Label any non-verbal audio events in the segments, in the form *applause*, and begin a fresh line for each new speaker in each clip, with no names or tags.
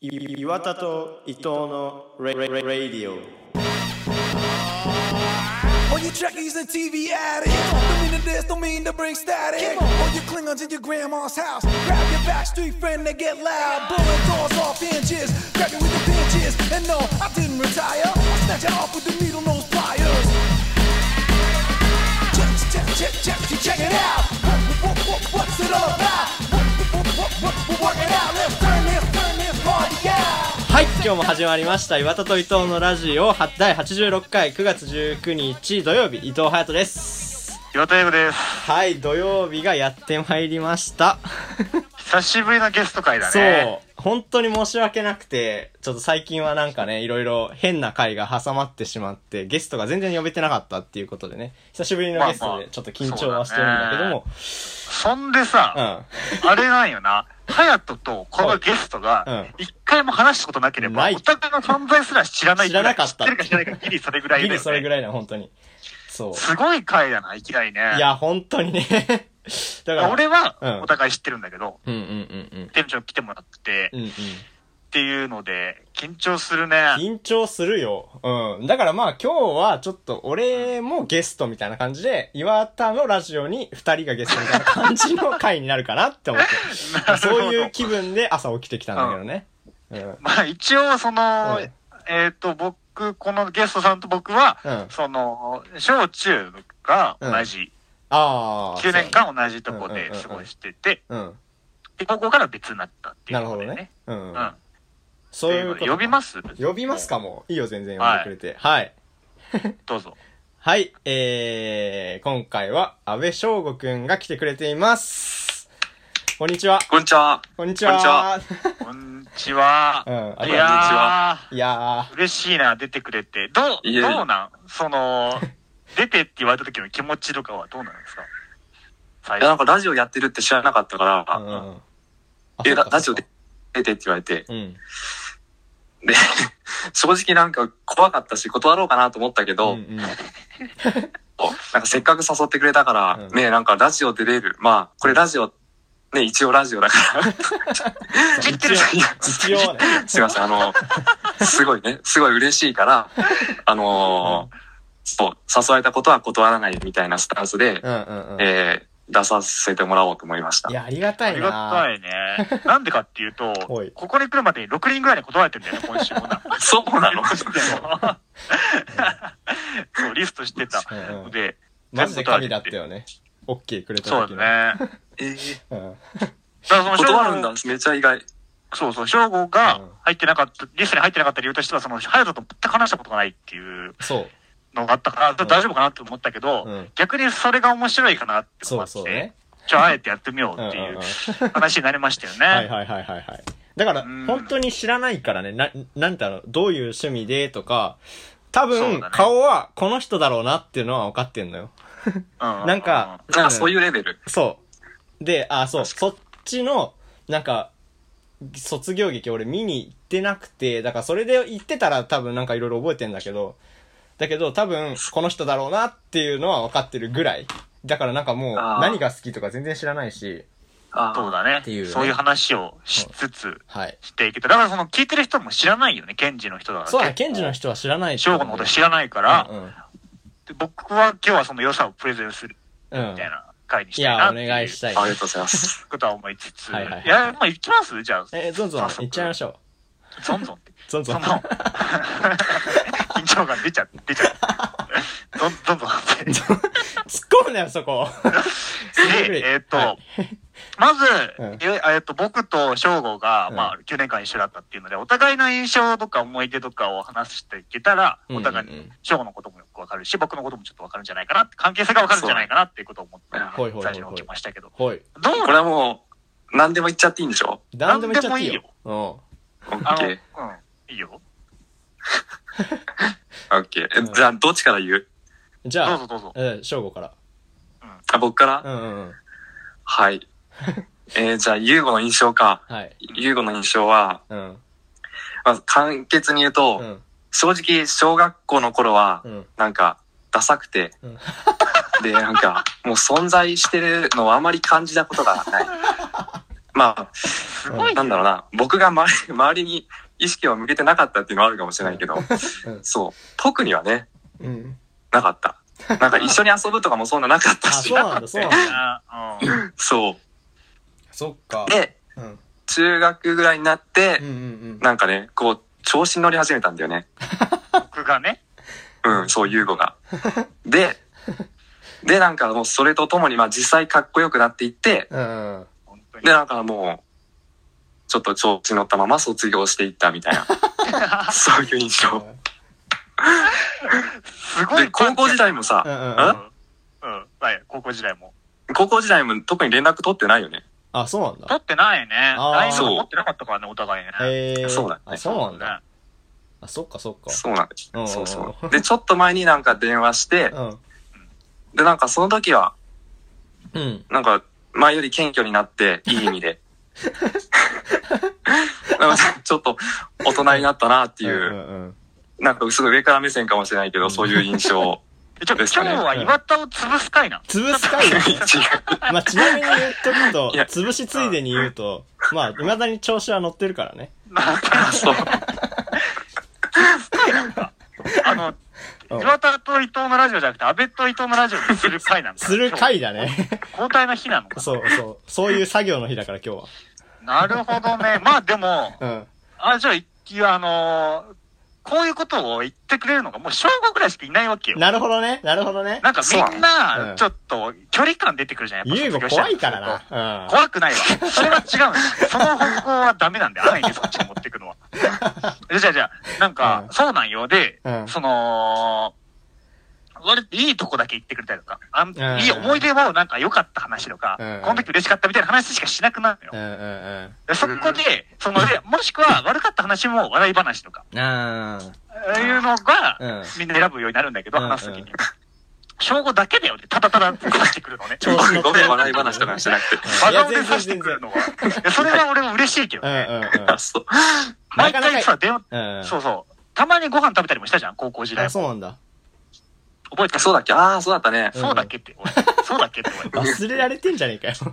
い岩田と伊藤のレレレレディオ
All you trekkies and TV addicts Don't mean to this, don't mean to bring static All you Klingons in your grandma's house Grab your backstreet friend, they get loud Blowing doors off inches Grab you with the pinches And no, I didn't retire I snatch it off with the needle nose pliers Check, check, check, check, check, check it out what, what, what, What's it all about? What, what, what, what, what, work it out Let's turn this, turn this party out
はい今日も始まりました岩田と伊藤のラジオは第86回9月19日土曜日伊藤隼人です
岩田英語です。
はい土曜日がやってまいりました、
久しぶりのゲスト会だね。
*laughs* そう本当に申し訳なくてちょっと最近はなんかねいろいろ変な回が挟まってしまってゲストが全然呼べてなかったっていうことでね久しぶりのゲストでちょっと緊張はしてるんだけども、
そんでさ、あれなんよな。隼人とこのゲストが
う、
一回も話したことなければ、
ない
お互いの存在すら知らないぐらい
知らなかった
知ってるか知らないか、ギリそれぐら
うん
い
ギ
だ
リそれ
よ
ぐ
ね。
らいな本当にそう
すごい回だな、いきなりね。
いや本当にね *laughs* だから
俺
うん
は、お互い知ってるんだけど、
うんうんうんうん
店長来てもらって
うんうん、
っていうので、緊張するね。
緊張するよ。うん。だからまあ今日はちょっと俺もゲストみたいな感じで、岩田のラジオに二人がゲストみたいな感じの回になるかなって思っ
*laughs* な
て。
るほど
そういう気分で朝起きてきたんだけどね。うん。
まあ一応、その
うん、
えっと、僕、このゲストさんと僕は
うん、
その、小中が同じ。
ああ。
9年間同じとこで過ごしてて、
そう。うん。
で、高校から別になったっていう
なる
こ
ほ
と
ど
で
ね
ね。。
うん。
うん。っ
そう
て
い
いうう
こ
の
と
で呼びます
呼びますかもう。いいよ、全然呼んでくれて。はい。
どうぞ。
はい、えー、今回は安部翔吾くんが来てくれています。こんにちは。
こんにちは。
こんにちは。こんにち
こんにちは。
うんあ
い
りがとうい
や
や
ー、嬉しいな、出てくれて。どう、
いえいえ
どうなん
*laughs*
その、出てって言われた時の気持ちとかはどうなんですか最
いや、なん
初。
かラジオやってるって知らなかったか
ー。
ら、
うんうん。
え、
そっ
ラ
か
ラジオで出てって言われて、
うん。
で、 *laughs* 正直なんか怖かったし、断ろうかなと思ったけど、
うんうん
なんかせっかく誘ってくれたから、
うん
ね、なんかラジオ出れる。まあ、これラジオ、ね、一応ラジオだから。
知ってる
いや
一応ね。
*laughs* すいません、あの、すごいね、すごい嬉しいから、あのーそう、誘われたことは断らないみたいなスタンスで、
うんうんうん。
えー出させてもらおうと思いました
い。や、ありがた
あ
い
り
な
がた
*laughs*
いね。なんでかっていうと、
はい
ここに来るまでに6人ぐらいに断られてるんだよね、
*laughs*
今週もな。
そうなの
*laughs* そう、リストしてた。
うんうん
ので、
マジで神だったよね。オッケーくれた
そう
時の。
だね。だか
*laughs* えー
うん。
らその
*laughs* 断るんだ。めっちゃ意外。
そうそう、翔吾
うん
が入ってなかった、リストに入ってなかった理由としては、その、隼人と全く話したことがないっていう
そう。
のがあったから、
ん
大丈夫かなって思ったけど、
うん
逆にそれが面白いかなって
そう
思って、
そうね。
じゃああえてやってみよう
うんう
っ
ん
ていう
うん。
話になりましたよね。
はいはいはいはいはい。だから、
うん
本当に知らないからね、な、なんだろう、どういう趣味でとか、多
そう
分、
だね
顔はこの人だろうなっていうのは分かってんのよ。
う
なんか、。
なんかそういううレベル。
そう。で、あ、そう、そっちの、なんか、卒業劇俺見に行ってなくて、だからそれで行ってたら多分なんかいろいろ覚えてんだけど、だけど多分この人だろうなっていうのは分かってるぐらい。だからなんかもう
あー
何が好きとか全然知らないし、
あ
そう
ー
だね
っていうね
そういう話をしつつ
はい。
していけた。だからその聞いてる人も知らないよね、ケンジの人だから。
そうだね、
結
ケ
構
ンジの人は知らない
翔吾のこと知らないから、
うんうん
で僕は今日はその良さをプレゼンする
うん
みたいな回にし
い
たいな
や、
っ
お
て
願
い
いうしたい。
ありがとうございます。
ことは思いつつ。
はいはいはい
や、まあ行きますじゃあ。
えー、ゾンゾン、
早速
行っちゃいましょ
ゾンゾンって。
う。ゾンゾ
その、
ン。
緊張感出ちゃう、出ちゃう。どんどんどんって。
突っ込むなよ、そこ。
で、えっ、と、
はい
まず、
うん
ええっと、僕と翔吾が、
うん
まあ、9年間一緒だったっていうので、お互いの印象とか思い出とかを話していけたら、お互い
うんうんう
に
ん、
翔吾のこともよくわかるし、僕のこともちょっとわかるんじゃないかなって、関係性がわかるんじゃないかなっていうことを思って
そう、
ほいほいほいほい
最初に起きましたけど。
ほい。
どう
これはもう、何でも言っちゃっていいんでしょ
何でも言っちゃっていいよ。
オッ
あの、
ケ
うん
ー。、
いいよ。
オッケ
うん
ー。じゃあ、どっちから言う
うん。じ
ど
ゃ
う
あ
ぞ、どうぞ。
うん、正吾から。
あ、僕から、
うんうんうん。
はい。えー、じゃあ、ユーゴの印象か。
はい。
ユーゴの印象は、
うん。
まあ、簡潔に言うと、
うん。
正直、小学校の頃は
う、ん。
なんか、ダサくて、
うん
で、なんか、もう存在してるのをあまり感じたことがない。ま
すご
あ、
い
なんだろうな、僕が周り *laughs* 周りに意識を向けてなかったっていうのはあるかもしれないけど、
うん
そう、特にはね、
うん。
なかった。なんか一緒に遊ぶとかもそんななかっ
あ、
たし
そう、なんだ、そうなんだ。
な。うん。
そ
そっか
う。。で、
うん。
中学ぐらいになって
うんう、んうん。
なんかね、こう、調子に乗り始めたんだよね。
僕がね。
うん、そう、ユーゴが。で、で、なんかもうそれとともに、まあ実際かっこよくなっていって、
うんうん。
本当に
で、。なんかもう、ちょっと調子に乗ったまま卒業していったみたいな。そういう印象。
すご
で、
い。
高校時代も
うんうんうん
うん。う
さ、
ん。はい、高校時代も。
ん高校時代も特に連絡取ってないよね。
あ、そうなんだ。
取ってないね。
あー
LINE とか持ってなかったからね、お互いね。
へえ。
そうだね
あ、そうなんだ。
ね。
あ、そっかそっか。
そうなんです
うん。
そうそう。で、ちょっと前になんか電話して、
うん。
で、なんかその時は、
うん。
なんか、前より謙虚にな
*laughs*
って、いい意味で。なんかちょっと、大人になったなってい
うんう
う、
んうん。
なんか、すごい上から目線かもしれないけど、そういう印象。
*laughs*
えちょ、今
です
日
かね
は岩田を潰す回な。
潰す回だね
*laughs* 違う。
まあ、ちなみに言っとくと
いや、
潰しついでに言うと、まあ、未だに調子は乗ってるからね。
そう。
あの、
うん
岩田と伊藤のラジオじゃなくて、安倍と伊藤のラジオにする回なんだ。
*laughs* する回だね。
交代の日なのか。
そうそう。そういう作業の日だから今日
なるほど
*laughs*
ね。まあでも、
は。
あ、じゃあ、いやあのーこういうことを言ってくれるのが、もう小5ぐらいしかいないわけ
う
よ
ん。。なるほどね。なるほどね。
なんかみん
そうう
な、
ん
ちょっと、距離感出てくるじゃん。やっぱ
ユーゴ怖いから。な。
怖くないわ。それは違うんだよその方向はダメなんだよ。安易にそっちに持ってく
*laughs*
のは。じゃあじゃあ、なんか
う、ん
そうなんよ。で、
うん
その、割といいとこだけ言ってくれたりとか、あん
ん
いい思い出はなんか良かった話とか、
うん
この時嬉しかったみたいな話しかしなくなるの
うん。う
よ。
んうん
でそこで、その、でもしくは悪かった話も笑い話とか、
うん。あー
ああいうのが、
うん
みんな選ぶようになるんだけど、
うん
話すときに。正午だけだよね。ただただ
*laughs*
出してくるのね。
調子乗って
ごめん、笑い話とかしてなくて。
いや
笑顔で
全然
刺してくるのは。いやそれは俺も嬉しいけど
うん
ね。
うんうん。
あそう。
な
毎
かなか
回さ、電話、
うん。
そうそう。たまにご飯食べたりもしたじゃん、高校時代
あ、
も。
そうなんだ。
覚えてる
そうだっけああ、そうだったね。
うん
そうだっけって、俺。そうだっ
*laughs*
けって、俺。
忘れられてんじゃねえか *laughs* よ。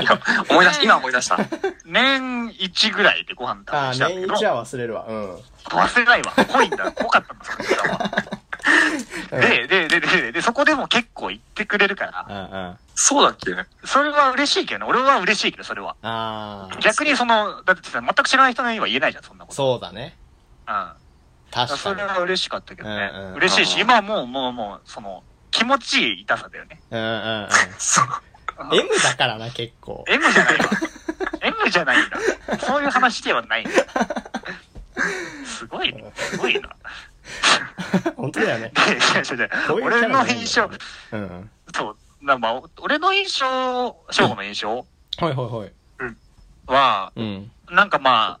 いや思い出した、今思い出した。
年1ぐらいでご飯食べ
あ
まし
ー
たんだ
年
け
一
ど、
は忘れるわ。うん。
忘れないわ。濃いんだ。濃かったんだ、その時は。で、で、で、で、で、で、そこでも結構言ってくれるから
う、んうん。
そうだっけ
それは嬉しいけどね。俺は嬉しいけど、それは。
あー
逆にその、だってさ、全く知らない人には言えないじゃん、そんなこと。
そうだね。
うん。
確
そ
か
れは嬉しかったけどね。
うんうん
嬉しい
あ
し、
ー
今はもう、もう、もう、その、気持ちいい痛さだよね。
に。うんうんうん。
そう。
M だからな、結構。
M じゃ
*laughs*
ないわ。M じゃないんだ。そういう話ではないんだ。すごいね。すごいな。
本当だよね
で。いやいやいや
こういうキャラじ
俺
ゃない
の
んだよ
印象、
うんうん。
そう、なまあ、俺の印象、翔吾の印象
はいはいはい。
は、
うん。
なんかまあ、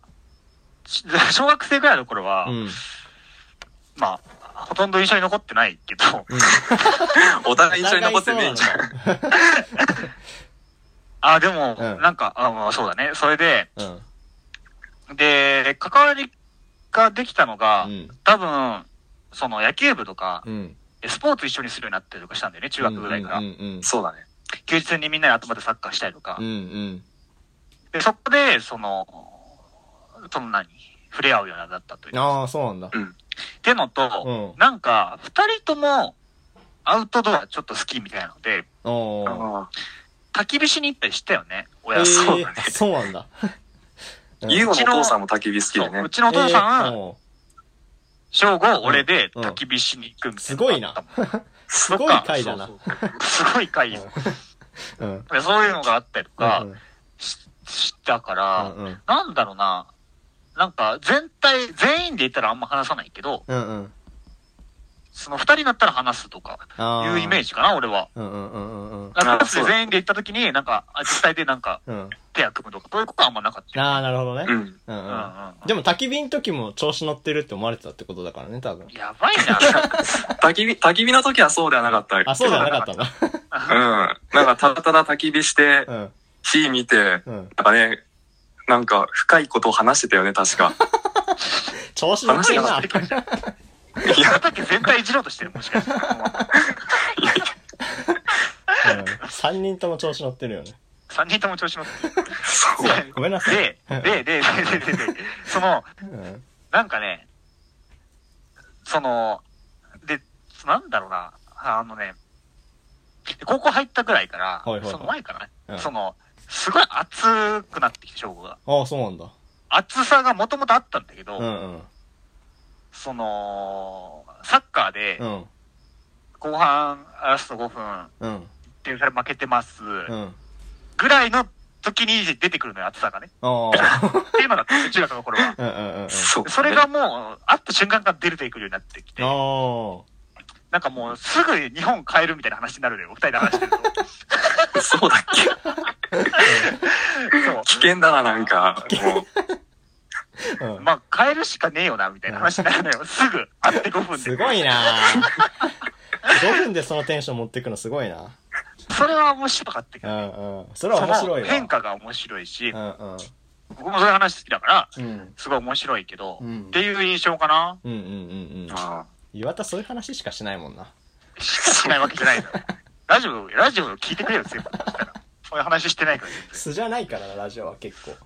し小学生ぐらいの頃は、
*laughs* うん。
まあ、ほとんど印象に残ってないけど、
お互い印象に残ってねえじゃん。
あ、でも、
うん
なんか、あまあそうだね。それで、
うん。
で、関わりができたのが、
うん
多分、その野球部とか、
うん。
スポーツ一緒にするようになったりとかしたんだよね、中学ぐらいから。
うんうん
そうだね。
休日にみんなで集まってサッカーしたりとか。
うん。うん
で、そこで、その、その何触れ合うようになったという
うん。。ああ、そうなんだ。
ってのと、
うん
なんか、二人とも、アウトドアちょっと好きみたいなので、
おー。
あ
焚き火しに行ったりしたよね、
え
親
ー
が
そうだね
そうなん
*laughs*
だ。
ーユーゴのお父さんも焚き火好き
そ
で
う
ね
う。ちのお父さ
えー
ん、
おー
正午、俺で
うんうん
焚き火しに行くみたいな。
すごい回だな
そう。そうそうすごい回よ。
うん。
でそういうのがあったりと
う
か
んうん
ししたから、
うんうん
なんだろうな、なんか全体、全員で言ったらあんま話さないけど、
うんうん。
その二人になったら話すとか、
あ
いうイメー
ジ。
ジかな、俺は。
うんうんうんうんうん。
ク
あ
ラスで
そうだ
全員で行った時に、なんか、あ実際でなんか、
うん。
手を組むとか、そういうことはあんまなかったよ。
ああ、なるほどね
う。ん。
うんう。
うんん
でも焚き火の時も調子乗ってるって思われてたってことだからね、多分
うん。。やばいな。
焚き火、焚き火の時はそうではなかったけど
あ、そうじゃなかったんだ。
うん。なんか、ただただ焚き火して
う、ん。
火見て、なん
うん。
かね、なんか、深いことを話してたよね、確か。
調子乗ってるな。
いや、
畑全体いじろうとしてる、もしかして。
うん。三人とも調子乗ってるよね。
3人とも調子乗って
そう。
ごめんなさい
で、で、で、で、で、で、で、その、
うん。
なんかね、その、で、なんだろうな、あのね、で高校入ったぐらいから、
はいはいはい
その前からね、
うん
その、すごい熱くなってきて、翔吾が。
ああ、そうなんだ。
熱さがもともとあったんだけど、
うんうん。
その、サッカーで
う、ん。
後半、ラスト5分、
うん。
点差で負けてます、
うん。
ぐらいの時に出てくるのよ、熱さがね。
ああ。
っていうのが中学の頃は。
うんうんうんうん。
そう。
それがもう、会った瞬間から出てくるようになってきて、
あ
なんかもうすぐ日本変えるみたいな話になるのよ、お二人で話してる
*laughs*
と。
そうだっけ
そう
危険だな、なんか。もう、
あ。うん。
まあ、変えるしかねえよな、みたいな話になるのよ。すぐ、会って5分で。
すごいな5分でそのテンション持ってくのすごいな
それは面白かったけ
う
ど、
んうん。それは
そ
面白い
の
わ。
変化が面白いし
う、んうん。
僕もそういう話好きだから、
うん。
すごい面白いけど、
うん
っていう印象かな
うんうんうんうん。
あ
岩田そういう話しかしないもんな。
しないわけじ
*laughs*
ゃないだろ。ラジオ、ラジオ聞いてくれよ、全部。だからそういう話してないから、 *laughs* 全
素じゃないからな、ラジオは結構。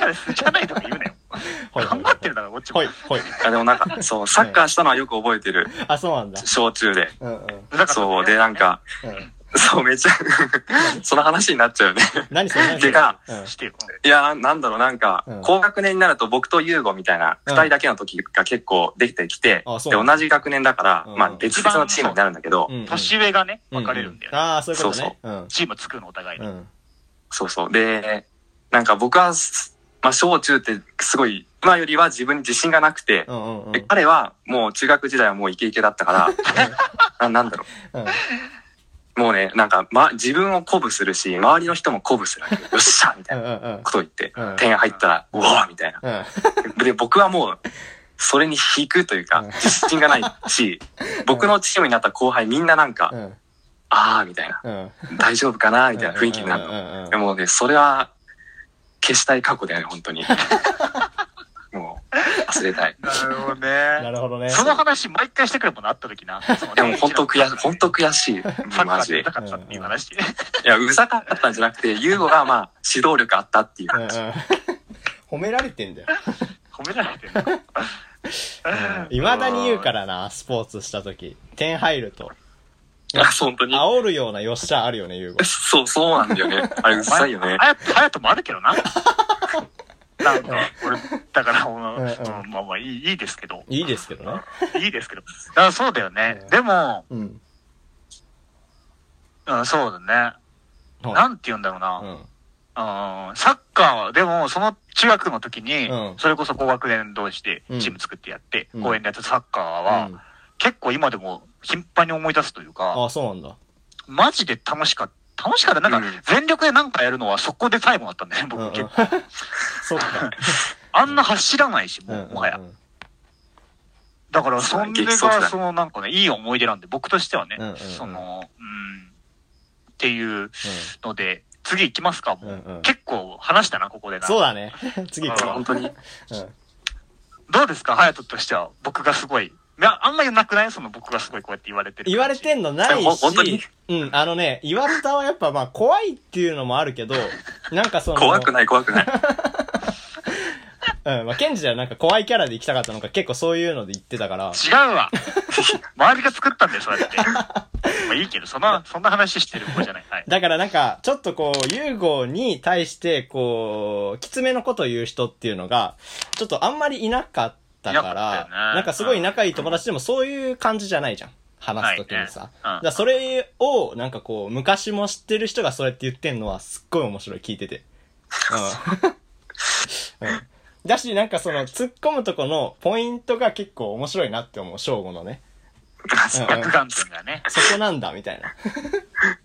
然。じゃじゃないとか言うなよ。
はいはい
頑張ってるだろ、こっちも
はい、。はい。
あでもなんか、そう、サッカーしたのはよく覚えてる。
あ、そうなんだ。
小中で。
うんうん。うん。
だから
そう、で、なんか、そう、めちゃ、 *laughs* その話になっちゃうよね。
何それ何それ
でか
うん
してよ。
いや、なんだろう、なんか
うん、
高学年になると僕と優吾みたいな、
うん
二人だけの時が結構できてきて、
あそう
で、
なんだ
同じ学年だから、
うん
まあ、別々のチームになるんだけど
う、んうん。
年上がね、
うん
分かれるんだよ、ね
ああ、そういうことね。うん。
チーム作るの、お互いに。
うん。
そうそう。で、なんか僕は、まあ、小中ってすごい、今よりは自分に自信がなくて
う、んうんうん。
で彼はもう中学時代はもうイケイケだった *laughs* から、ななんだろ
うん
う、もうね、なんか、ま、自分を鼓舞するし、周りの人も鼓舞するわけよ。よっしゃみた
う
い
ん
な
うんうん。
ことを言って
うん、
点入ったら、うわーみたいな。
うん。
で、僕はもう、それに引くというか、自信がない
*laughs*
し、僕のチームになった後輩みんななんか
う、ん。
あーみたいな、
うん。
大丈夫かなみたいな雰囲気になる
う
の
ん。うんうん
でもね、それは、消したい過去だよね、本
*laughs*
当に。もう、忘れたい。
なるほど
な
ね。
るほどね。
その話、毎回してくるものあった時な。その
でも本当悔しい、本当
サ
悔し
*laughs*
い。
ッカ
マ
ー
ジ
で
で。
なかったっていう話。
いや、うざかったんじゃなくて、ユーゴがまあ、指導力あったっていう
うん *laughs* うん。
感じ。
褒められてんだよ。
褒められてるの。
いまだに言うからな、スポーツした時。点入ると。
あ、そう本当に。
煽るようなよっしゃあるよね、ゆうご。
そう、そうなんだよね。あれ、うざいよね。
あやと、あやともあるけ
*laughs*
どな。なんか、俺、だから、お前
うんうん
うんまあまあ、いい、いいですけど。
いいですけどね。
*laughs* いいですけど。だからそうだよね
う。ん
でも、
うん。
うん、そうだね。
はい
なんて言うんだろうな
う。ん。
うんサッカーは、でも、その中学の時に
うん、
それこそ高学年同士でチーム作ってやって
う、ん
公園でやってたサッカー
う
は
ん、
結構今でも頻繁に思い出すという
あ
か、
あ、そうなんだ。
マジで楽しかった。楽しかった。なんか
うん、
全力でなんかやるのはそこで最後だったんだよね、
うんうん
僕結構。。
*laughs* そっか。
あんな走らないし、
う
も
ん
うもはや
う。ん
だから、そんで
激走した
が、
ね
そのなんかね、いい思い出なんで、僕としてはね
うんうんう、ん
その、うん、っていうので、次行きますか、
う
も
んう。
うん結構話したな、ここでな。
そうだね。 *laughs* 次行こ
本当に。
う。うん。
どうですか、ハヤトとしては、僕がすごい。いや、あんまりなくないその僕がすごいこうやって言われてる感じ。
言われてんのない
ほ
し、
本当に
うん、あのね、岩田はやっぱまあ怖いっていうのもあるけど、なんかその、
怖くない、怖
*laughs*
くない。
うん、まあケンジではなんか怖いキャラで行きたかったのか結構そういうので言ってたから、
違うわ。周りが作ったんだよ、そうやって。
*laughs*
まあいいけど、そんな、そんな話してる子じゃない。はい。
だからなんか、ちょっとこう、ユーゴに対して、こう、きつめのことを言う人っていうのが、ちょっとあんまりいなかったか
いなかったよ
ら、
ね
なんかすごい仲いい友達でもそういう感じじゃないじゃん。話すときにさ。
ないねうん
だからそれを、なんかこう、昔も知ってる人がそうやって言ってんのはすっごい面白い、聞いてて。
*laughs*
うん。うんだし、なんかその、突っ込むとこのポイントが結構面白いなって思う、正吾のね。うんうん
着眼点がね。
そこなんだ、みたい
*laughs*
な。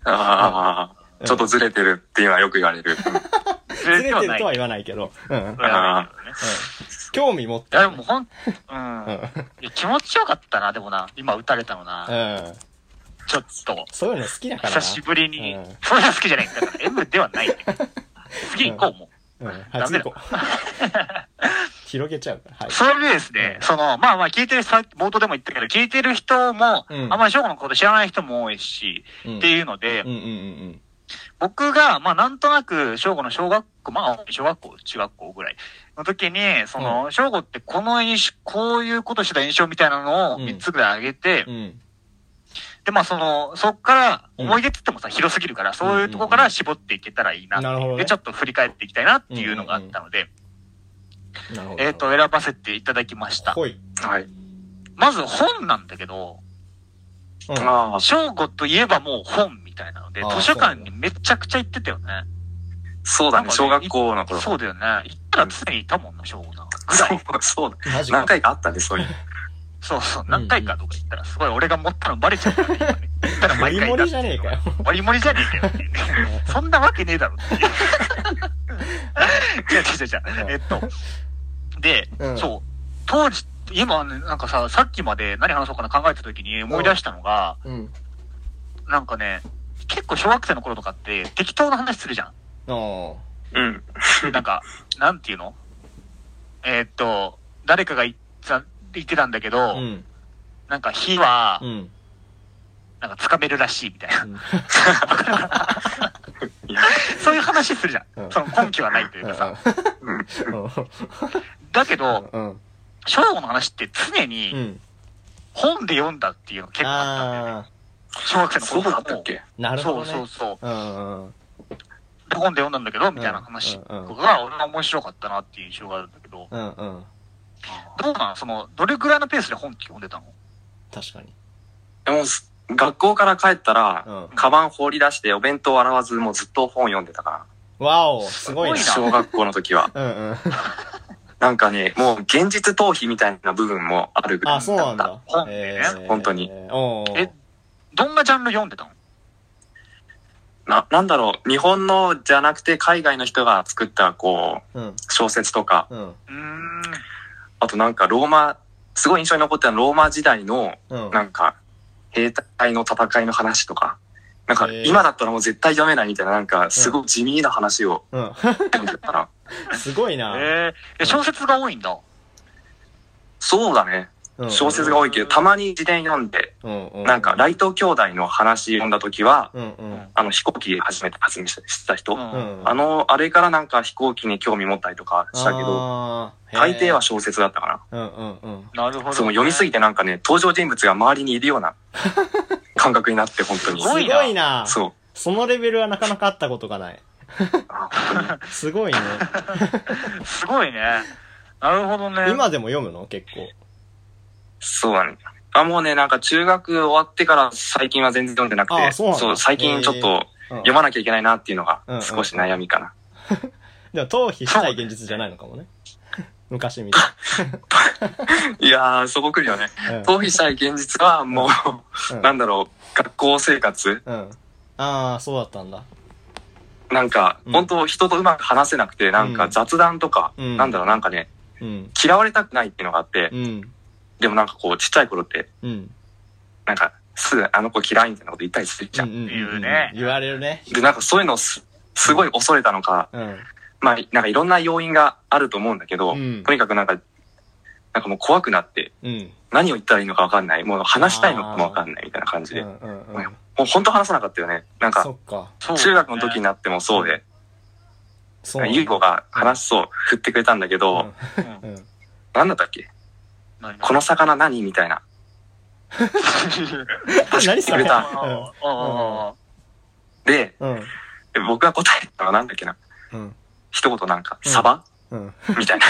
あ
うん
あ、ちょっとずれてるっていうのはよく言わ
*laughs*
れる。うん
ず
ずれて
は
る
ない
とは言わないけど。うん。うん。
言わないけどね。
興味持っ
い
た
や、
よ
で
ね。
もほん、うん。いや、気持ちよかったな、でもな。今打たれたの
う
な。
ん。うん。
ちょっと。
そういうの好きだからな。
久しぶりに
うん。
そんな好きじゃないんだから、M ではないんだよ。次行こう、もう。
うん。はい、
ダ
次
メだ
行こう。 *laughs* 広げちゃうから。はい。
それでですね、その、まあまあ聞いてる、さ冒頭でも言ったけど、聞いてる人も、
うん
あんまり翔吾のこと知らない人も多いし、
うん
っていうので、
うんうんうんうん。
僕が、まあ、なんとなく、正吾の小学校、まあ、小学校、中学校ぐらいの時に、その、正吾ってこの印象、こういうことしてた印象みたいなのを
うん
3つぐらい上げて、
うん。
で、まあ、その、そっから、
うん
思い出って言ってもさ、広すぎるから、そういうとこから絞っていけたらいいなっていう
なるほどね
で、ちょっと振り返っていきたいなっていうのがあったので、
なるほど。
えっ、と、選ばせていただきました。
ほい。
はい。
まず本なんだけど、
うん。
ああ、
正吾といえばもう本みたいなので、
あー
図書館にめちゃくちゃ行ってたよね。
そうだね。小学校の頃。
そうだよね。行ったら常にいたもんな、正吾な。ぐ
そ
ら
う
い。、
そうだ。
マジ
*laughs* 何
か。
回かあったね、そういう。
そうそう、何回かとか言ったら、すごい俺が持ったのバレちゃうからね、今ね行ったら
割
毎
り盛
回だ
りじゃねえかよ。
割り盛りじゃねえかよっていうね。そんなわけねえだ
*laughs*
ろっていう。違う違う違う違う。えっと、で、
うん
そう、当時、今ね、なんかさ、さっきまで何話そうかな考えた時に思い出したのが、
うん。
なんかね、結構小学生の頃とかって適当な話するじゃん。
あ
うん。
なんか、なんていうのえーっと、誰かが言った言ってたんだけど、
あ。うん。
なんか火は
う、ん。
なんか掴めるらしいみたいな。 *laughs*
うん
いや、
そういう話するじゃ
うん
ん。その根拠はないというかさ。
うん。
だけど、
うん。
正午の話って常
う
に
ん。
本で読んだっていうのが結構あったんだよね。
あ
小学生
そ
の
う
頃と
だっ
か
た
も
っけ
あ。なるほどね。
そうそうそ
う
う。
んうん。
で本で読んだんだけど、みたいな話
うんうんうん
が俺は面白かったなっていう印象があるんだけど、
うんうん。
どうなのその、どれぐらいのペースで本って読んでたの
確かに。
でも、学校から帰ったら、
うん。
カバン放り出してお弁当を洗わず、もうずっと本読んでたか
わお、すごい
ら。
な。
すご
小学校の
*laughs*
時は。
うんうん。
なんかね、もう現実逃避みたいな部分もあるぐらい
あ、
だった。
そうなんだ。
本
えー
本当に
おー
えどんなジャンル読んでたの
な、なんだろう、日本のじゃなくて海外の人が作った、こう、
うん。
小説とか、
うん。
うーん。
あとなんかローマ、すごい印象に残ってたのはローマ時代の、
うん。
なんか、兵隊の戦いの話とか、なんか
へー
今だったらもう絶対読めないみたいな、なんかすごい地味な話を
う
読んでたら、
ん。 *laughs* すごいな。
えーえ、小説が多いんだ。
そうだね、
うん
小説が多いけど、たまに自伝読んで、
うんう
なんか、ライト兄弟の話読んだ時は、
うんうん。
あの飛行機初めて発明した人、
うん
うん。
あの、あれからなんか飛行機に興味持ったりとかしたけど、
あー、
大抵は
へ
小説だったか
ーうんうんうん。
なるほど、
な。その読みすぎてなんかね、登場人物が周りにいるような感覚になって、本当に
す。
ごいな
ごいな。
そう。
そのレベルはなかなかあったことが
*laughs*
ない。
あ本当に
すごい
*laughs*
ね。
すごいね。なるほどね。
今でも読むの結構。
そうだね。あ、もうね、なんか中学終わってから最近は全然読んでなく
あ
て、
そうなんだ
最近ちょっと
うん
読まなきゃいけないなっていうのが
うん
少し悩みかな。
でも、逃避したい現実じゃないのかもね。 *laughs* 昔みた
いやー、そこ来るよね。
いな。
逃避したい現実はも
うん
う、なんだろう、学校生活
うん。うん。ああ、そうだったんだ。
なんか、
うん
本当人とうまく話せなくて、なん
う
か
ん
雑談とか、
うん
なんだろう、なんかね、
うん。
嫌われたくないっていうのがあって、
うん。
でもなんかこう、ちっちゃい頃って、
うん。
なんか、すぐあの子嫌いみたいなこと言ったりするじゃん。
んんん
言うね
言われるね。
で、なんかそういうのをす、すごい恐れたのか、
うん。
まあ、なんかいろんな要因があると思うんだけど、
うん
とにかくなんか、なんかもう怖くなって、
うん。
何を言ったらいいのかわかんない。もう話したいのかもわかんないみたいな感じ
うん
で。
う
も
ん
う
うん。
本当話さなかったよね。なん
そ
か、
っか。
そう
中学の時になってもそうで、
そ
なんかゆうこが話そう、振ってくれたんだけど、
うん
うん
うんうん
なんだったっけ
何
この魚何みたいな。
何それ
言う
あ
た
ーあ
で、
うん。
僕が答えたのはなんだっけな。
うん。
一言なんか、
うん
サバ、
うん。
み
*laughs*
たいな。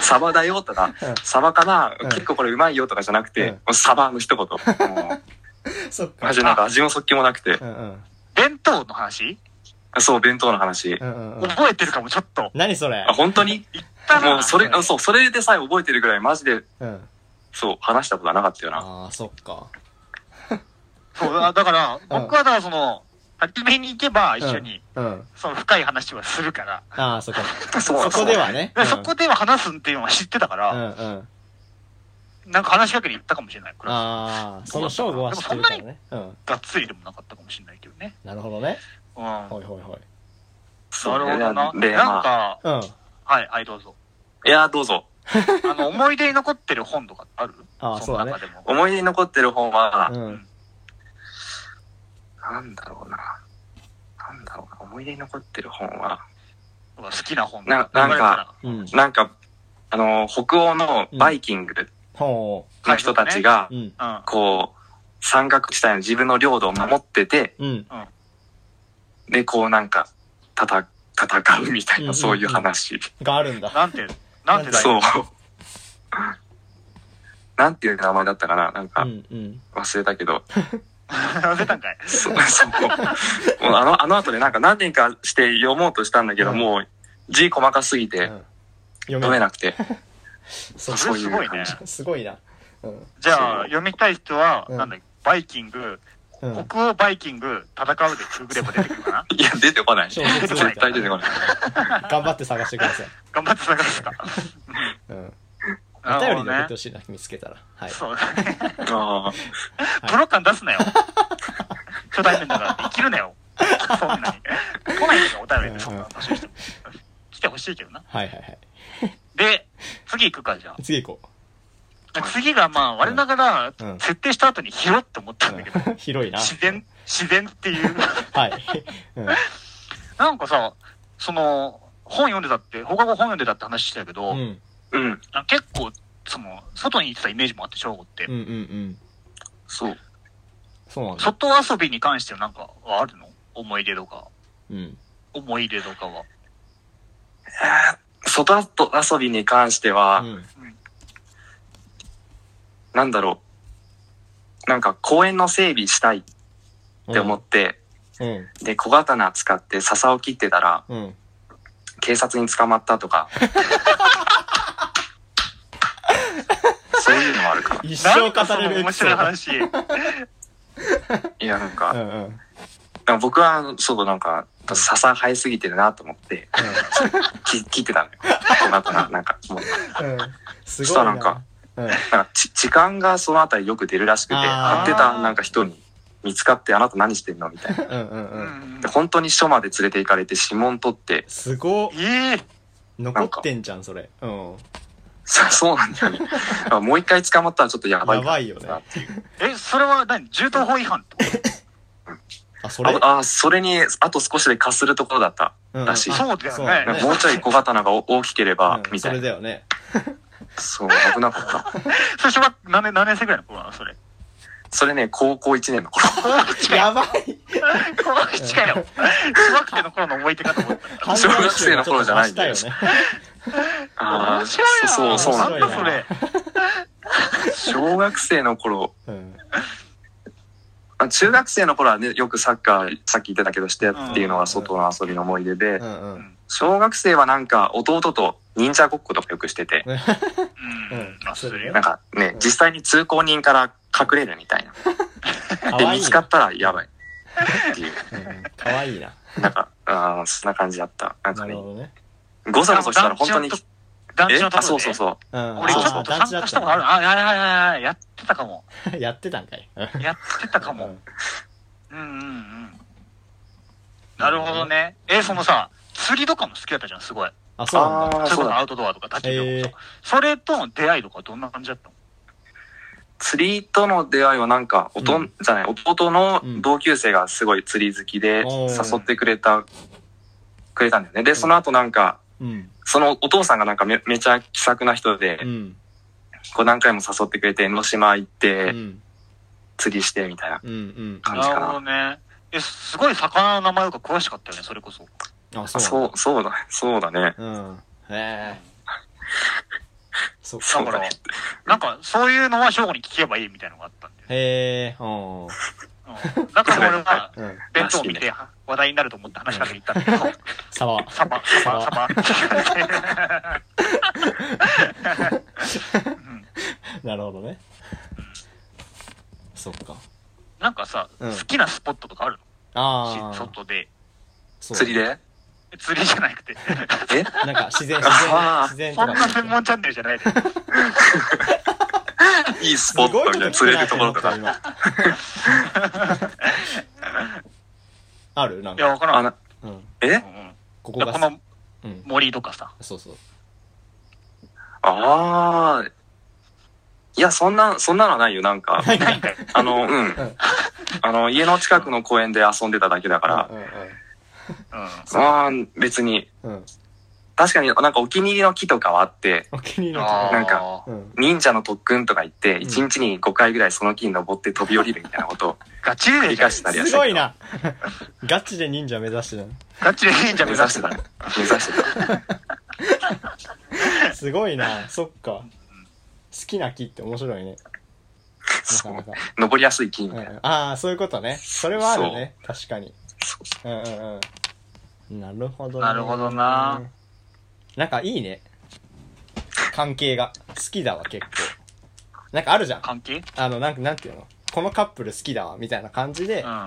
サバだよとか
うん、
サバかな、
うん
結構これうまいよとかじゃなくて、
うん
もうサバの一言。
*laughs*
も
そっ
う
か
マ。ジなんか味もそっきもなくて
う、んうん。
ー弁当の話
そう、弁当の話
う。んうんうん。
覚えてるかも、ちょっと。
何それ
あ、本当に
言ったな
もうそれ、あそう、それでさえ覚えてるぐらいマジで、
うん。
そう、話したことはなかったよな。
ああ、そっか。
そうだだから、
うん
僕はだからその、初めに行けば一緒に、
うん。
その深い話はするから、
ああ、そっか。
そう
そこではね。
でそこでは話すっていうのは知ってたか
うんう
ら、
ん。
なんか話しかけに行ったかもしれない。これは
ああ、その勝負は知ってるからね。うん。
がっつりでもなかったかもしれないけどね。
なるほどね。
うん。なる
ほいほいほい。
そ
ほ
う
どな。なん
で、まあ、
か、
うん。
はい、はい、どうぞ。
いや、どうぞ。
あの、思い出に残ってる本とかある
*laughs* あー
の
そうだね
中でも。
思い出に残ってる本は、
うん。
なんだろうな。なんだろ思い出に残ってる本は、
好きな本
ななんか、
うん。
なんか、あの、北欧のバイキング
ほ
の人たちが
う。、うん。
うん。あ
こう、山岳地帯の自分の領土を守ってて、
うん。
で、こうなんか、戦、戦うみたい
うん
な、そういう話。
があるんだ。
なんて、なんてだ
そ
よ *laughs*
う。なんていう名前だったかななん
う
か、
ん。うん。
忘れたけど、
出たんかい。
そう、そう。もうあの、あの後でなんか何年かして読もうとしたんだけど、
うん
もう字細かすぎ
う
て
ん読め
読め
ない。
なくて、
そう
それすごい
そうい
ね
う。
すごいな。うん。
じゃあ、読みたい人は、
うん
なんだっけバイキング、
うん。
北欧バイキング、戦うでググれば出てくる
*laughs*
かな
いや、出てこない。
小説
絶対出てこない。
頑張って探してください。
頑張って探すか。
うん。お
な
便
る
り
ほ
で
ど
送っ
ね
て。ほしいな、見つけたら。はい。
そうだね。
ああ
プロ感
*laughs*
出すなよ。初対面だから、生きるなよ。そんなに。来ないけど、お便りでそんな。来てほしいけどな。
はいはいはい。
で、次行くか、じゃ
次行こ
あ。次が、まあ、我ながら
う、ん
設定した後に拾って思ったんだけど、
う。 *laughs* 広いな。
自然、自然っていう。
はい。うん。
なんかさ、その、本読んでたって、放課後本読んでたって話してたけど、
うん。
うん、
なんか結構、その、外に行ってたイメージもあって、正午って。
うんうんうん。
そう。
そうなんだ。
外遊びに関してはなんか、あるの思い出とか、
うん。
思い出とかは。
外遊びに関して
う
は、
ん。
なんだろう。なんか公園の整備したいっ
うん
て思って、
うん。
で、小刀使って笹を切ってたら、
うん。
警察に捕まった
*laughs*
とか。そういうのもあるかな。
一
な
生
んかそ
語れ
の
るエ
面
ピソ
白い
ー
話。
いや、なん
ド。
か、
う
なん
んうん。うん
か僕は、そう、なんか、笹生えすぎてるなと思って、き切ってたのよ。
*laughs*
小刀、なんか、もう、
うん。す
し
ご
た
い
ら
な。
なんか
うん。
なんかち、時間がそのあたりよく出るらしくて、
あー
買ってたなんか人に見つかって、あなた何してんのみた
*laughs*
いな。
うんうん
う
うん。
ん
で本当に署まで連れて行かれて指紋取って、
すごっ
ええ
残ってんじゃん、それ。うん。
そそうな
*laughs*
んだよね。だからもう一回捕まったらちょっとやばい
やばいよね
なっていう
え、それは何銃刀法違反ってこと
あ、それ
ああ、それに、あと少しでかするところだった。
うん
らしい
あ
そうだよね
そうだ
なんかもうちょい小刀がお大きければ、
うん
み
そ
た
れ
いな。
だよね。
そう、危なかった。
それ小学何年、何年生ぐらいの頃なのそれ。
それね、高校1年
*laughs*
の頃。
高校近い。
やばい
高校近いよ。小学生の頃の思い出かと思った。
小学生の頃じゃないんだよ
ちょっと
あ
面
あ、
白いな。
そう、そうな
な
んだよ
んだ
面
そ
白い
れ。
小学生の頃、
増したよね。
あ中学生の頃はね、よくサッカー、さっき言ってたけど、してっていうのが外の遊びの思い出で
う、ん。うんうん。
小学生はなんか弟と忍者ごっことかよくしてて、
う
うん
ん。まあ、それよ
なんかね、実際に通行人から隠れるみたいな。
か
で、
わい
見
い
つ
な。
かったらや
*laughs*
ばい。っていう、
うんかわいいな。
なんか、あーそんな感じだった。なん
な
かね
る、ほどね。
ごそごそしたら本当に、
団
え
地のところで。
あ、そうそうそう。
うん。
俺ちょ
あ
っと参加したことある。
団
あ、はいはいはいはい。やってたかも。
地だったね *laughs* やってたんかい。
やってたか
う
も
ん。
うんうんうん。なるほどね。え、そのさ、釣りとかも好きだったじゃん、すごい。
あ、そうなんだ。
あ
そ
あー、
れ
そ
こ
う
そ
だ。
アウトドアとか、焚き
え
火と
ー
かさ。それとの出会いとかはどんな感じだったの
釣りとの出会いはなんか、おとん、
うん
じゃない、弟の
うん
同級生がすごい釣り好きで、
おー
誘ってくれた、くれたんだよね。で、その後なんか、
うん。
そのお父さんがなんかめめちゃ気さくな人で、
うん。
こう何回も誘ってくれて、江ノ島行っ
う
て、
ん。
釣りしてみたいな
うん。うん。
感じ
な
か
るほど
な。
ね。え、すごい魚の名前とか詳しかったよね、それこそ。
あ、
あ
そう
そ
なん
う、そうだ、そうだね。
だ。うん。へえ。そう
そ
だ
う
から
だね。、
なんか、そういうのは正午に聞けばいいみたいなのがあったんだよね
へえ。うん。
うん。だから
*laughs*
俺は、
うん。
弁当を見て話題になると思って話しかけに行ったんだけど、
サバ。
サバ、サバ、サバって聞かれて。
なるほどね。そっか。
*laughs* なんかさ、
うん
好きなスポットとかある
あ
のし
あ。
外で。
そう
釣りで
釣りじゃなくて。
え
なんか自然、
あー
自然、自然と
そん
か。
な専門チャンネルじゃ
*laughs*
ないで。
いいスポットみたいな、釣れるところとか。
今。あるなん
いや、
か。
わから
あ
ん。
な
うん。
え
うんうん
ここ
だ
が
からこ
さ、
の
うん。
森とかさ。
そうそう。
ああ。いや、そんな、そんなのはないよ、なんか。
ない
ないんかい。
あの、うん
ん。
あの、家の近くの公園で遊んでただけだから、
うんうんうん
うん。
まあ、別に、
うん。
確かになんかお気に入りの木とかはあって、
お気に入りの
あー
なんか、
うん。
忍者の特訓とか言って、一日に5回ぐらいその木に登って飛び降りるみたいなことを
ガチ
繰
で
り返してたりは
す
したけ
ご
ど
い。な。ガチで忍者目指してたの
ガチで忍者
目
目
指
指
し
してて
た。
*laughs*
た
目。指してた。
すごいな。そっか。好きな木って面白いね。な
そ
かな
う
か。。
登りやすい木み
うんう
たいな。
ん、ああ、そういうことね。それはあるね。確かに。
そう
うんうんうん。なるほどね
なるほどな。
なんかいいね。関係が。好きだわ、結構。なんかあるじゃん。
関係
あの、なんか、なんていうのこのカップル好きだわ、みたいな感じで、
う
あ、
ん。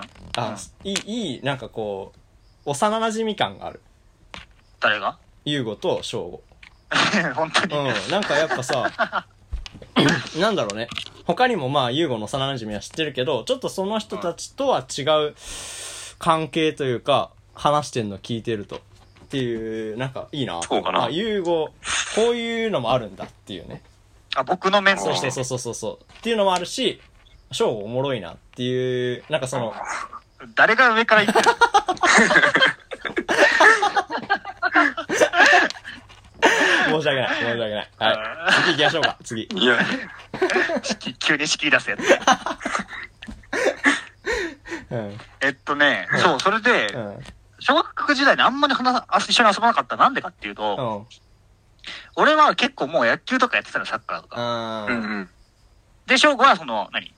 いい、いい、なんかこう、幼馴染み感がある。
誰が *laughs*
優吾と翔吾。
本当に。
うん、なんかやっぱさ、 *laughs* なんだろうね。他にもまあ、ユーゴの幼馴染は知ってるけど、ちょっとその人たちとは違う関係というか、話してんの聞いてると。っていう、なんかいいな。
そうかな
あ、ユーゴ、こういうのもあるんだっていうね。
あ、僕のメンバ
そして、
ー。
そうそうそうそう。っていうのもあるし、ショーおもろいなっていう、なんかその、
誰が上から言ってる
申し訳ない、申し訳ない。はい。次行きましょうか、次。
いや、
*laughs* 急に仕切り出すやつ。
うん。
えっとね、そう、それで
う、ん。
小学時代にあんまり話あ一緒に遊ばなかった。なんでかっていう
う
と、
ん。
俺は結構もう野球とかやってたの、サッカーとか。
あ
う
ー
ん
で、翔吾はその、何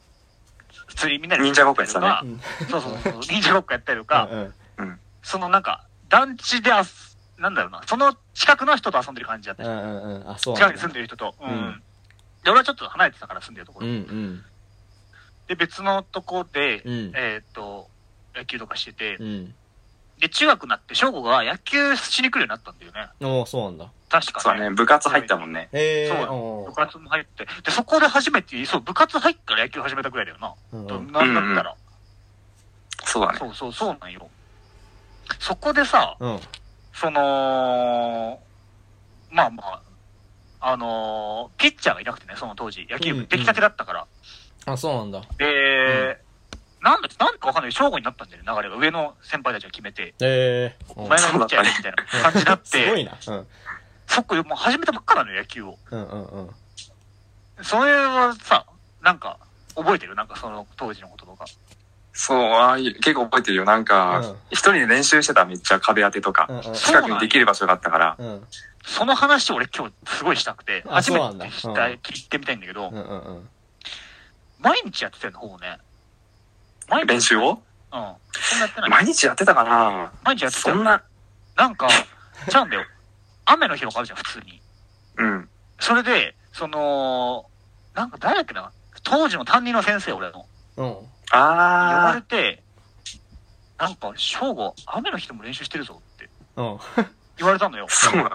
普通にみんなで。
忍者ごっこやってたね
とかそうそうそう、忍者ごっこやったりとか、
うん。
うん。
そのなんか、団地であす、なんだろうな、その近くの人と遊んでる感じだった
うん。う。ん。うん。あ、そう
近
なん
くに
だ
住ん。でる人と。うん。
うん
で、俺はちょっと離れてたから住んでるとこ
う
ろ。
ん。うん。
で、別のとこで、
うん
えーっと、野球とかしてて、
うん。
で、中学になって、翔吾が野球しに来るようになったんだよね。
おーそうなんだ。
確
そう
か
だね。部活入ったもんね。
ええ
そう
ー、
だ
お
部
ー
活も入って。で、そこで初めて、そう、部活入ったら野球始めたくらいだよな。
うんう
ど
ん
んなんだったら。
そうだね。
そうそう、そうなんよ。そこでさ、
うん。
その、まあまあ、あのーピッチャーがいなくてね、その当時、野球
うんう
部、
ん
出来たてだったから。
あ、そうなんだ。
で、なんだ、なんかわかんない、正午になったんだよね、流れが。上の先輩たちが決めて、
ええー。
お
お
前
ー
がピッチャーやれみたいな感じになっ
*laughs*
て、
すごいな。うん。
そっか、もう始めたばっかなのよ、野球を。
うんうんうん。
それはさ、なんか、覚えてるなんかその当時のこととか。
そう、ああいう、結構覚えてるよ。なん
うん
か、一人で練習してためっちゃ壁当てと
うん
か、近くにできる場所があったから、
うん。うん。
その話を俺今日すごいしたくて、
あ
初
そう
め
なんだ
てした、
うん
聞いてみたいんだけど、
うんうんうん。
毎日やってたよね、ほぼね。毎日
練習を
うん。そんなやってない。
毎日やってたかな
毎日やってた
そ
よ
んな、
なんか、ちゃうんだよ。雨の日とかあるじゃん、普通に。
うん。
それで、その、なんか誰だっけな当時の担任の先生、俺の。
うん。
呼ばれ
あ
て、なんか、正午、雨の日でも練習してるぞって
うん。
言われたのよ
あ、。そうなの。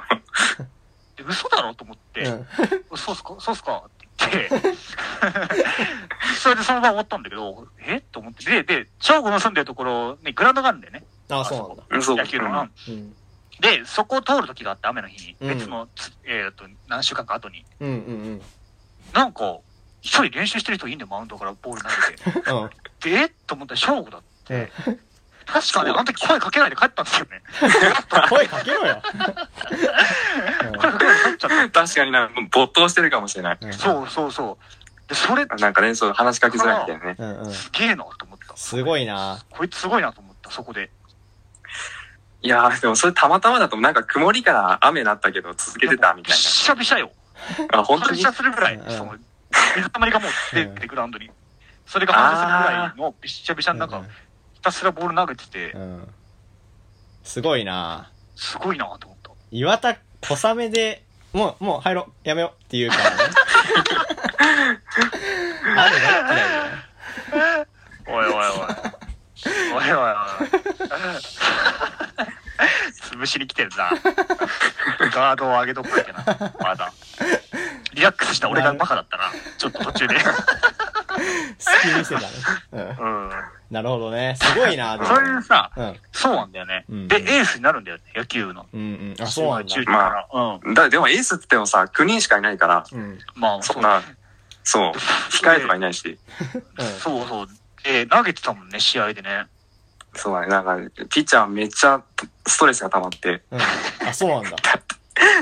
で嘘だろと思って、
うん。
そうっすか、そうっすかって言って、 *laughs* それでその場終わったんだけど、えと思って、で、で、正午の住んでるところにグラウンドがあるんだよね、
あ、そうなんだ。
うんそう。
野球の。うん
うん。
で、そこを通る時があって、雨の日に、
うん
別のつ、えっ、と、何週間か後に、
うんうんうん。
なんか、一人練習してる人いいんだよ、マウンドからボー
*laughs*
ル投げて。
うん。
で、えと思ったら、正午だって。
え
確かね、あの時声かけないで帰ったんですよね。
ー、声かけろよ。
声かけないで帰っちゃっ
確かにな、没頭してるかもしれない。
うん
た。そうそうそう。で、それ、
なんかね、そう、話しかけづらいみたいなね。
うんうん。
すげえなと思った。
すごいな。
こいつすごいなと思った、そこで。
いやー、でもそれたまたまだと、なんか曇りから雨になったけど、続けてたみ
びった
い
しゃびしゃよ。
*laughs* な。あ、本当
反
に
射するぐらい、
うん
その、水たまりがもう出てて、グラウンドに。それが反射するぐらいのびっしゃびしゃの中、ひたすらボール投げてて
う、ん。うんすごいな。
すごいなと思った。
岩田、小雨で、もう、もう入ろう、やめようっていうからね。あるねってなるよね。
おいおいおい。おいおいおい。潰しに来てるな。ガードを上げとこいけな。まだ。リラックスした俺がバカだったな。ちょっと途中で。
好き見せたね。うん。
うん。
なるほどね。すごいな、でも
それでさ、
うん。
そうなんだよね。
うん
で、エースになるんだよね、野球の。
うんうん。あ、そうなんだ
中。日から。うん。
だでもエースって言ってもさ、9人しかいないから、
うん。うん。
まあ、
そんな、そう、控えとかいないし。
そうそう。で、投げてたもんね、試合でね。
そうだね。なんか、ピッチャーめっちゃストレスが溜まって、
うん。あ、そうなんだ。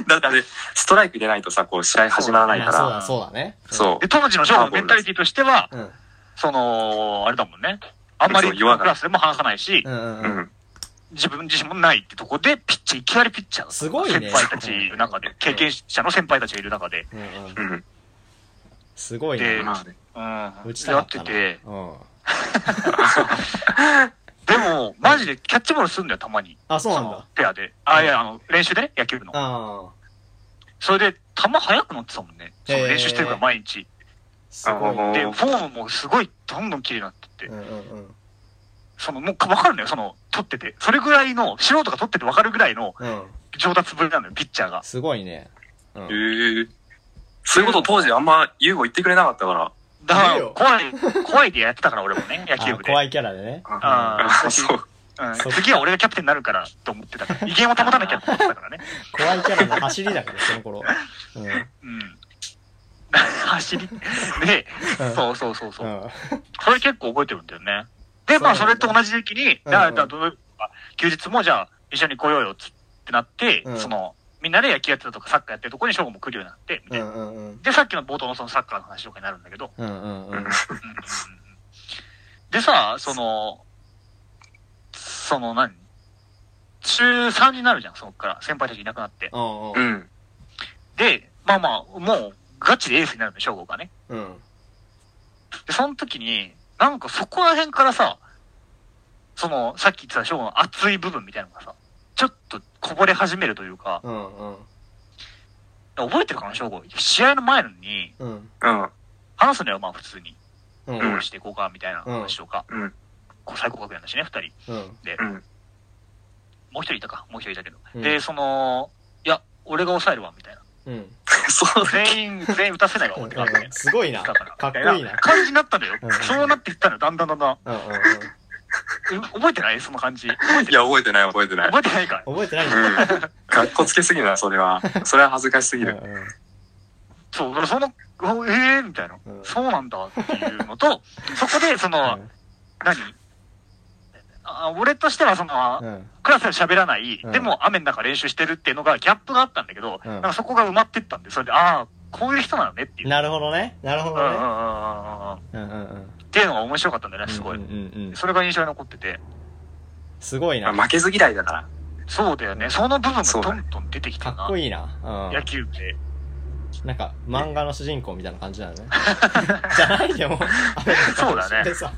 だってあれ、ストライク出ないとさ、こう、試合始まらないか
あそう
ら、
だ、そうだね。
そう
で、当時の翔吾のメンタリティとしては、
うん。うん。
その、あれだもんね。あんまり
そう
ク
言わない
ラスでも話さないし
う、ん
う
うんうん。
ん。
自分自身もないってとこで、ピッチャー、いきなりピッチャーだった
すごいね
先輩たちいる中で、経験者の先輩たちがいる中で、
うんうん
う。ん。
すごい
で
ね。
まあね。
うん。
打ちたか
やっ
った
て
な。
て、
うん。
でも、マジでキャッチボールするんだよ、たまに。
あ、そうなんだ。
ペアで。あ、いや、あの、練習でね、野球部の。
ああ。
それで、球速くなってたもんね。その練習してるから、毎日。
すごい。
あ
う
ー
ん
で、フォームもすごい、どんどん綺麗になってって。
うんうん。
その、もうか、わかるのよ、その、取ってて。それぐらいの、素人が取っててわかるぐらいの
うん。
上達ぶりなのよ、ピッチャーが。
すごいね。うん
ええそういうこと当時あんま、ユーゴ言ってくれなかったから。
だ
い
か
い
ら、
よ
怖い、怖いでやってたから、俺もね、野球
あ
部で。
怖いキャラでね。
あー
あ *laughs* そう。
うん
そう
次は俺がキャプテンになるから、と思って
*laughs*
たから。威厳を保たなきゃと思ってたからね。
怖いキャラの走りだから、その頃。うん。う
うん。 *laughs* 走り。で、
ん
そうそうそうそう。
うん。
それ結構覚えてるんだよね。で、まあ、
そ
そう
なん
れ
だ
と同じ時期に、
うん
だから、だからどうか休日もじゃあ、一緒に来ようよ、つってなって、
うん
その、みんなで野球やってたとか、サッカーやってるとこに翔吾も来るようになって、み
う
たいな。
んうんうん。
で、さっきの冒頭のそのサッカーの話とかになるんだけど、
うんうんうん。
うんうんうんでさ、その、その何中3になるじゃん、そっから。先輩たちいなくなって。
うんう。
うんん。
で、まあまあ、もう、ガチでエースになるのよ、翔吾がね。
うん。
で、その時に、なんかそこら辺からさ、その、さっき言ってた翔吾の熱い部分みたいなのがさ、ちょっとこぼれ始めるというか、
うんうん。
覚えてるかな、翔吾。試合の前のに、
うん。
うん。 *laughs*
話すのよ、まあ普通に。
うん。
どうしていこうか、みたいな話とか。
うん。
こう最高学年だしね、二人。
うん。
うん。
もう一人いたか、もう一人いたけど。
うん
で、その、いや、俺が抑えるわ、みたいな。
うん。
*laughs* そうだね。
全員、全員打たせないわ、俺が。みたい
すごいな。
な
かっこいいな。
感じになったのよ
うん。
そうなっていったのよ、だんだんだんだん。
うんうんうん。
え覚えてないその感じ。
いや、覚えてない、覚えて
*laughs*
ない。
覚えてないか。
覚えてないんだ。
うん。かっこつけすぎるな、それは。それは恥ずかしすぎ
うんう
る。
ん
そう、だからその、おえーみたいな、
うん
そうなんだっていうのと、 *laughs* そこで、その、何あ俺としては、その、
うん。
クラスで喋らない、
うん
でも雨の中練習してるっていうのが、ギャップがあったんだけど、
うん
なんかそこが埋まってったんで、それで、ああ、こういう人なのねっていう。
なるほどね。なるほ
うんうんう
ど
ん
ね。
うんうん。っ
うんうんうん。
ていうのが面白かったんだよね、すごい。
うんうんうん。
それが印象に残ってて。
すごいな。
負けず嫌いだから。
そうだよね、その部分が
そう
ど
だね
んどん出てき
か
た
っ
な。
こいいな。うん
野。球って。
なんか、漫画の主人公みたいな感じなのね。じゃないでも、
そうだね
でさ。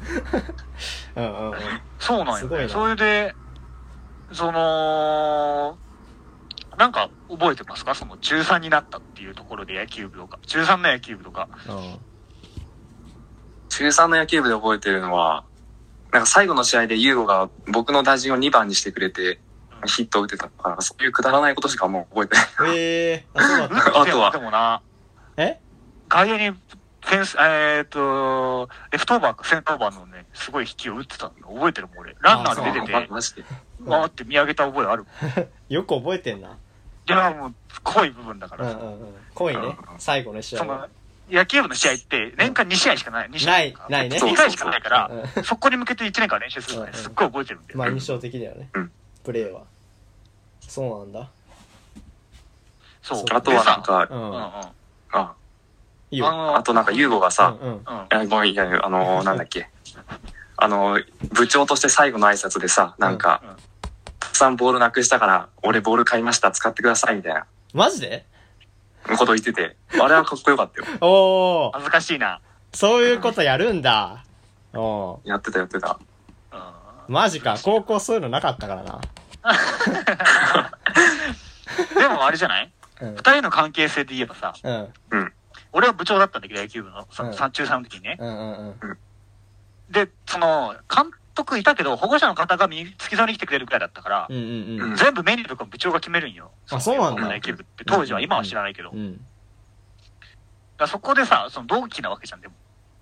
うんうんうん。
そうなん
す
よ、
ごい
ね。
な
それで、その、なんか覚えてますかその中3になったっていうところで野球部とか、中3の野球部とか。
うん。
中3の野球部で覚えてるのは、なんか最後の試合でユーゴが僕の打順を2番にしてくれて、ヒットを打てたから、そういうくだらないことしかもう覚えてない。
ええー、あ、そうだっ
打
た。
って
あとは
でもな、
え
外野にフェンス、えーっと、レフトオーバーかセンターオーバーのね、すごい引きを打ってたの覚えてるもん俺。ランナーで出てて、
あマジで。
う
わーって見上げた覚えある。
よく覚えてんな。
いや、もう、濃い部分だか
う
ら
ん
さ、
うんうん。濃いね。最後の試
そ
合
の
は。、
野球部の試合って年間2試合しかない。2試合
ないないね
2回しかないから、
うん
そこに向けて1年間練習するのね、すっごい覚えてるんで。
まあ印象的だよね
うん。
プレーは。そうなんだ。
そう。
あとはなん
う
か、
で
ん。
さ、
あ
いい
うんうん。
よ。
あとなんかユーゴが
う
さ
ん、うん。
うん。
いやごめん、いや、あの
*laughs*
ーなんだっけ。あのー部長として最後の挨拶でさ、なんか
うんうん、
たくさんボールなくしたから、俺ボール買いました、使ってください、みたいな
マジで
こと言ってて、あれはかっこよかったよ。
おー、
恥ずかしいな。
そういうことやるんだ。おー。
やってた、やってた。
うん。
マジか、高校そういうのなかったからな。
でもあれじゃ
*laughs*
ない
うん
二。人の関係性で言えばさ、
うん。
俺は部長だったんだけど、野球部の、さ
うん
さ中3の時にね。
うんうんうん。
で、その、監督いたけど、保護者の方が見付き添いに来てくれるくらいだったから
う、んうんうん。
全部メニューとかも部長が決めるんよ。
あそうなんだ
の野球部って、当時は、
うん
今は知らないけど。だ
う
か
ん。
らそこでさ、その同期なわけじゃん、でも。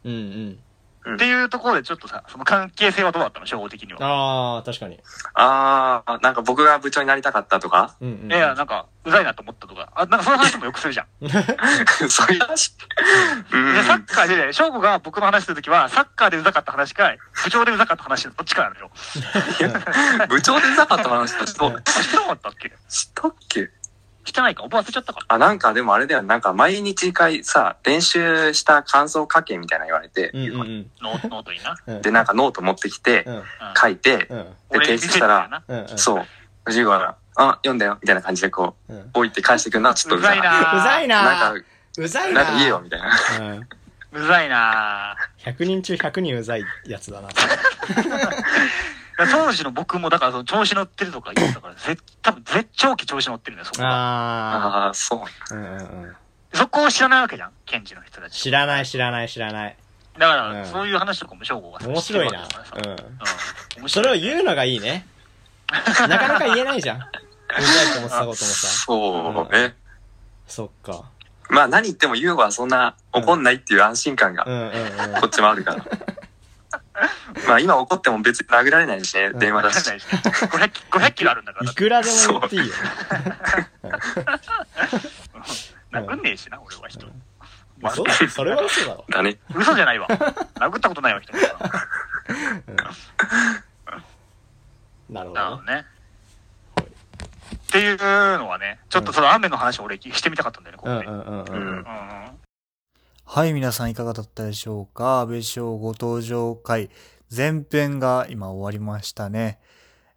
うんうん。
うん
っていうところでちょっとさ、その関係性はどうだったの、称号的には。
ああ、確かに。
あー、なんか僕が部長になりたかったとか *laughs*
うんうん。
いや、なんか、うざいなと思ったとか、あ、なんかその話もよくするじゃん。
そういう話。うん
で、サッカーで、翔吾が僕の話するときは、サッカーでうざかった話か、部長でうざかった話のどっちかなのよ。
部長でなかった話だしと
してなかったっけ
したっけ
してないか覚え忘れちゃったか
あ、なんかでもあれだよ、なんか毎日一回さ、練習した感想書けみたいな言われて
う、んうんうん。
ノートノートにな。
うん
で、なんかノート持ってきて
う、ん
うん
書いて、
うん
で、提出したら、
うんうん。
そう、藤井が、あ、読んだよ、みたいな感じでこ
うん。う
う、置いて返してくるのはちょっと
う
うざ
ざ
い
い
な。
な
ざい
な
なん
か、
うざい
な
なん
か言えよ、みたいな。
うん。
うざいな
100人中100人うざいやつだな。
当時の僕もだからその調子乗ってるとか言ってたから、ぜ多分絶頂期調子乗ってるんだよ、そこが。
あ
ああー、そう。
あ。うんうんうん。
そこを知らないわけじゃん、検事の人たち。
知らない知らない知らない。
だか
うん
ら、そういう話とかも翔吾が
面白いな。
うん。
うん。
面
それ
白
を
い。
言うのがいいね。なかなか言えないじゃん。うざいと思ってたこともさ。
そうね。
そっか。
まあ何言っても優吾はそんな怒んないっていう安心感
う
が、
んうんうん。
こっちもあ
*laughs*
るから。まあ今怒っても別に殴られないしね、
ん
電話だし。
500, 500キロあるんだから
い、くらでも言っていいよ。
殴んねえしな、俺は人。
嘘だそれは嘘だろ。
だね。
嘘じゃな
*laughs*
いわ。殴ったことないわ、人。
なるほ
なる
ど
ほど
ね。
ね。っていうのはね、ちょっとその雨の話を俺してみたかったんだよね、こ
う
こ
ん
で。
うんうん
う
うん。
ん。
うんうん
はい、皆さんいかがだったでしょうか安倍翔ご登場会前編が今終わりましたね。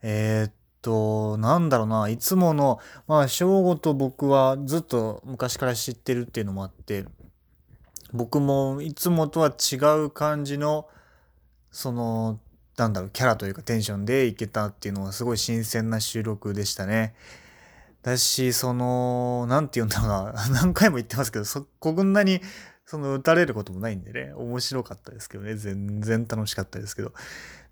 えーっと、なんだろうな、いつもの、まあ翔吾と僕はずっと昔から知ってるっていうのもあって、僕もいつもとは違う感じの、その、なんだろう、キャラというかテンションでいけたっていうのはすごい新鮮な収録でしたね。だし、その、なんて言うんだろうな、 *laughs* 何回も言ってますけど、そ、こんなに、その打たれることもないんでね、面白かったですけどね、全然楽しかったですけど。っ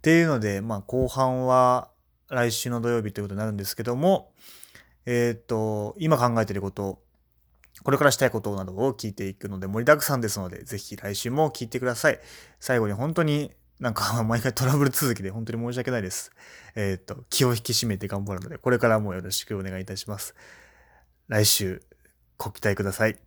ていうので、まあ後半は来週の土曜日ということになるんですけども、えっ、と、今考えていること、これからしたいことなどを聞いていくので盛りだくさんですので、ぜひ来週も聞いてください。最後に本当になんか *laughs* 毎回トラブル続きで本当に申し訳ないです。えっ、と、気を引き締めて頑張るので、これからもよろしくお願いいたします。来週、ご期待ください。